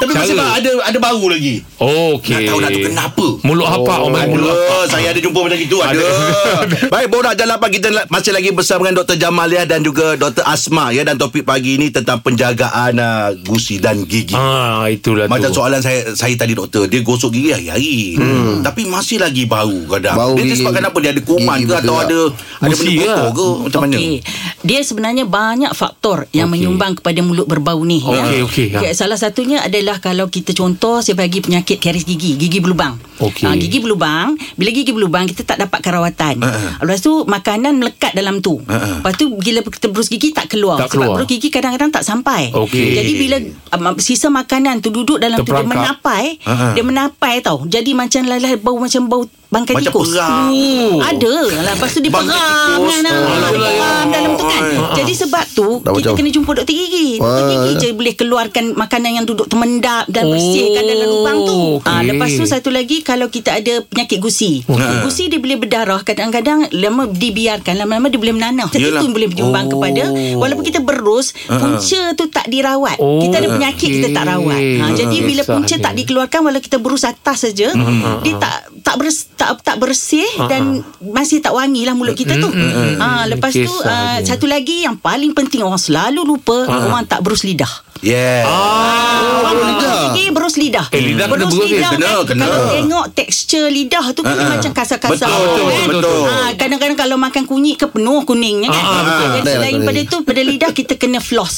[SPEAKER 2] Tapi masih
[SPEAKER 4] Cara.
[SPEAKER 2] ada ada bau lagi.
[SPEAKER 4] Okey.
[SPEAKER 2] Nak tahu nak tu kenapa?
[SPEAKER 4] Mulut hapak oh, orang panggil mulut hapak.
[SPEAKER 2] Ada, saya ada jumpa macam itu ada. Baik, borak jalan pagi kita la- masih lagi bersama dengan Dr. Jamalia dan juga Dr. Asma ya dan topik pagi ini tentang penjagaan uh, gusi dan gigi.
[SPEAKER 4] Ah, itulah
[SPEAKER 2] Macam
[SPEAKER 4] tu.
[SPEAKER 2] soalan saya saya tadi doktor Dia gosok gigi hari-hari hmm. Tapi masih lagi bau kadang
[SPEAKER 3] Bau
[SPEAKER 2] Dia, dia
[SPEAKER 3] gigi-
[SPEAKER 2] sebab kenapa dia ada kuman
[SPEAKER 3] gigi
[SPEAKER 2] ke Atau
[SPEAKER 3] bergerak.
[SPEAKER 2] ada Ada
[SPEAKER 4] Gusi
[SPEAKER 2] benda kotor
[SPEAKER 4] lah.
[SPEAKER 2] ke Macam mana
[SPEAKER 6] Okey. Dia sebenarnya banyak faktor yang
[SPEAKER 4] Okey.
[SPEAKER 6] menyumbang kepada mulut berbau ni. ya.
[SPEAKER 4] Okey, okey, ha.
[SPEAKER 6] Ya, Salah satunya adalah kalau kita contoh saya bagi penyakit karies gigi, gigi berlubang.
[SPEAKER 4] Okey.
[SPEAKER 6] Ah, gigi berlubang, bila gigi berlubang kita tak dapatkan rawatan.
[SPEAKER 4] Ha,
[SPEAKER 2] Ha-ha.
[SPEAKER 6] Lepas tu makanan melekat dalam tu.
[SPEAKER 2] Ha-ha.
[SPEAKER 6] Lepas tu bila kita berus gigi tak keluar
[SPEAKER 4] Tak
[SPEAKER 6] sebab
[SPEAKER 4] keluar.
[SPEAKER 6] berus gigi kadang-kadang tak sampai.
[SPEAKER 4] Okey.
[SPEAKER 6] Jadi bila um, sisa makanan tu duduk dalam tu dia
[SPEAKER 4] Terperangkap. Ha,
[SPEAKER 6] menapai,
[SPEAKER 2] Ha-ha.
[SPEAKER 6] dia menapai tau. Jadi macam lalah bau macam bau bangkai
[SPEAKER 2] Macam
[SPEAKER 6] tikus.
[SPEAKER 2] perang.
[SPEAKER 6] Oh. Ada. Lepas tu dia
[SPEAKER 2] Bangkai
[SPEAKER 6] perang
[SPEAKER 2] tikus.
[SPEAKER 6] kan.
[SPEAKER 2] Alah,
[SPEAKER 6] ah. Dia
[SPEAKER 2] alah,
[SPEAKER 6] Perang
[SPEAKER 2] alah.
[SPEAKER 6] dalam tu kan.
[SPEAKER 2] Ah.
[SPEAKER 6] Jadi sebab tu
[SPEAKER 3] Dah
[SPEAKER 6] kita
[SPEAKER 3] macam-
[SPEAKER 6] kena jumpa doktor gigi. Doktor
[SPEAKER 3] Wah.
[SPEAKER 6] gigi je boleh keluarkan makanan yang duduk termendap dan
[SPEAKER 4] Oh,
[SPEAKER 6] bersihkan dalam lubang tu. Ah,
[SPEAKER 4] okey.
[SPEAKER 6] lepas tu satu lagi kalau kita ada penyakit gusi.
[SPEAKER 2] Okey.
[SPEAKER 6] Gusi dia boleh berdarah kadang-kadang lama dibiarkan lama-lama dia boleh menanah. Jadi
[SPEAKER 2] Yelah.
[SPEAKER 6] itu boleh menyumbang
[SPEAKER 4] Oh.
[SPEAKER 6] kepada walaupun kita berus punca tu tak dirawat.
[SPEAKER 4] Oh,
[SPEAKER 6] Kita ada penyakit kita
[SPEAKER 4] okey.
[SPEAKER 6] tak rawat. Ha, jadi bila
[SPEAKER 4] Kisah
[SPEAKER 6] punca
[SPEAKER 4] ni.
[SPEAKER 6] tak dikeluarkan walau kita berus atas saja dia tak tak beres, tak tak bersih
[SPEAKER 4] Mm-hmm. Ah,
[SPEAKER 6] dan masih tak wangi lah mulut kita tu. Ha lepas tu
[SPEAKER 4] Kisah
[SPEAKER 6] ah,
[SPEAKER 4] dia.
[SPEAKER 6] satu lagi yang paling penting orang selalu lupa
[SPEAKER 4] Ah.
[SPEAKER 6] orang tak berus lidah.
[SPEAKER 2] Yeah.
[SPEAKER 6] Orang
[SPEAKER 3] berus
[SPEAKER 6] makan
[SPEAKER 3] lidah.
[SPEAKER 6] gigi berus lidah.
[SPEAKER 4] Eh, lidah kena Ah,
[SPEAKER 6] berus
[SPEAKER 4] berus, eh.
[SPEAKER 6] lidah.
[SPEAKER 2] Kena,
[SPEAKER 6] kan,
[SPEAKER 2] kena.
[SPEAKER 6] Kalau tengok tekstur lidah tu kan macam kasar-kasar.
[SPEAKER 2] Betul, betul,
[SPEAKER 6] kan?
[SPEAKER 2] betul.
[SPEAKER 6] Ah, kadang-kadang kalau makan kunyit ke penuh kuningnya
[SPEAKER 4] Ah,
[SPEAKER 6] kan.
[SPEAKER 4] ah, betul.
[SPEAKER 6] Jadi
[SPEAKER 3] Betul,
[SPEAKER 6] selain
[SPEAKER 3] betul.
[SPEAKER 6] pada tu pada lidah kita kena floss.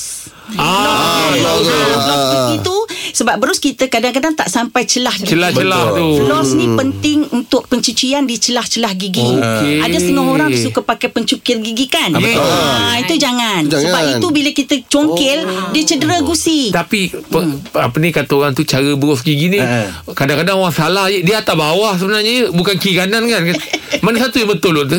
[SPEAKER 4] Ah,
[SPEAKER 3] betul.
[SPEAKER 6] Itu sebab berus kita kadang-kadang tak sampai celah gigi.
[SPEAKER 4] celah-celah tu.
[SPEAKER 6] Floss
[SPEAKER 4] Hmm.
[SPEAKER 6] ni penting untuk pencucian di celah-celah gigi.
[SPEAKER 4] Okey.
[SPEAKER 6] Ada setengah orang dia suka pakai pencukir gigi kan?
[SPEAKER 4] betul.
[SPEAKER 6] Ah, itu jangan.
[SPEAKER 3] Jangan.
[SPEAKER 6] Sebab itu bila kita congkel,
[SPEAKER 4] Oh.
[SPEAKER 6] dia cedera gusi.
[SPEAKER 4] Tapi pe, apa ni kata orang tu cara berus gigi ni
[SPEAKER 2] Ha.
[SPEAKER 4] kadang-kadang orang salah je. dia atas bawah sebenarnya je. bukan kiri kanan kan. Mana satu yang betul tu?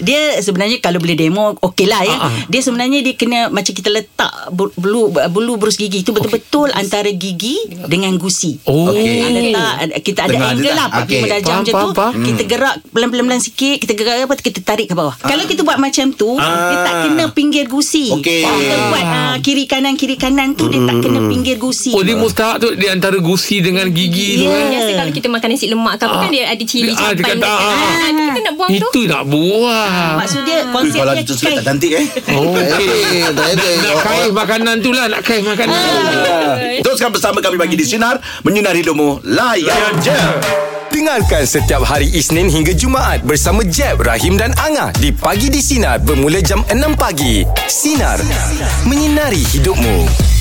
[SPEAKER 6] Dia sebenarnya kalau boleh demo okey lah ya.
[SPEAKER 4] Ah, ah.
[SPEAKER 6] Dia sebenarnya dia kena macam kita letak bu- bulu bulu berus gigi itu betul-betul antara gigi dengan gusi.
[SPEAKER 4] Oh.
[SPEAKER 6] Ah,
[SPEAKER 2] Okey.
[SPEAKER 6] letak ada- kita ada
[SPEAKER 2] Tengah ada
[SPEAKER 6] angle
[SPEAKER 2] tak?
[SPEAKER 6] lah pakai
[SPEAKER 2] Okey. Hmm.
[SPEAKER 6] okay. medajam
[SPEAKER 4] Faham,
[SPEAKER 6] macam
[SPEAKER 4] faham,
[SPEAKER 6] tu
[SPEAKER 4] faham.
[SPEAKER 6] kita gerak pelan-pelan sikit kita gerak apa tu, kita tarik ke bawah
[SPEAKER 2] Ah.
[SPEAKER 6] kalau kita buat macam tu dia tak kena pinggir gusi
[SPEAKER 2] Okey. Hmm.
[SPEAKER 6] kita buat ah, kiri kanan kiri kanan tu dia tak kena pinggir gusi
[SPEAKER 4] Oh dia mustahak tu di antara gusi dengan gigi tu
[SPEAKER 7] Yeah.
[SPEAKER 4] kan.
[SPEAKER 7] Biasa kalau kita makan nasi lemak ke apa kan dia ada cili
[SPEAKER 4] Ah, dia
[SPEAKER 7] cabai
[SPEAKER 4] kata,
[SPEAKER 7] dekat.
[SPEAKER 4] ah, ah.
[SPEAKER 7] Ah, tu kita nak buang tu.
[SPEAKER 4] Itu nak buang.
[SPEAKER 6] maksud dia
[SPEAKER 2] Eh,
[SPEAKER 6] konsep
[SPEAKER 2] Kalau
[SPEAKER 6] dia
[SPEAKER 2] itu sulit
[SPEAKER 6] kait
[SPEAKER 2] tak cantik eh.
[SPEAKER 4] Oh,
[SPEAKER 3] Eh, tak ada.
[SPEAKER 4] nak kaih makanan tu lah Nak kaih makanan
[SPEAKER 2] Ah. Teruskan bersama kami bagi di Sinar Menyinari Hidupmu Layan je
[SPEAKER 1] Dengarkan setiap hari Isnin hingga Jumaat bersama Jeb, Rahim dan Angah di Pagi di Sinar bermula jam 6 pagi. Sinar. Menyinari hidupmu.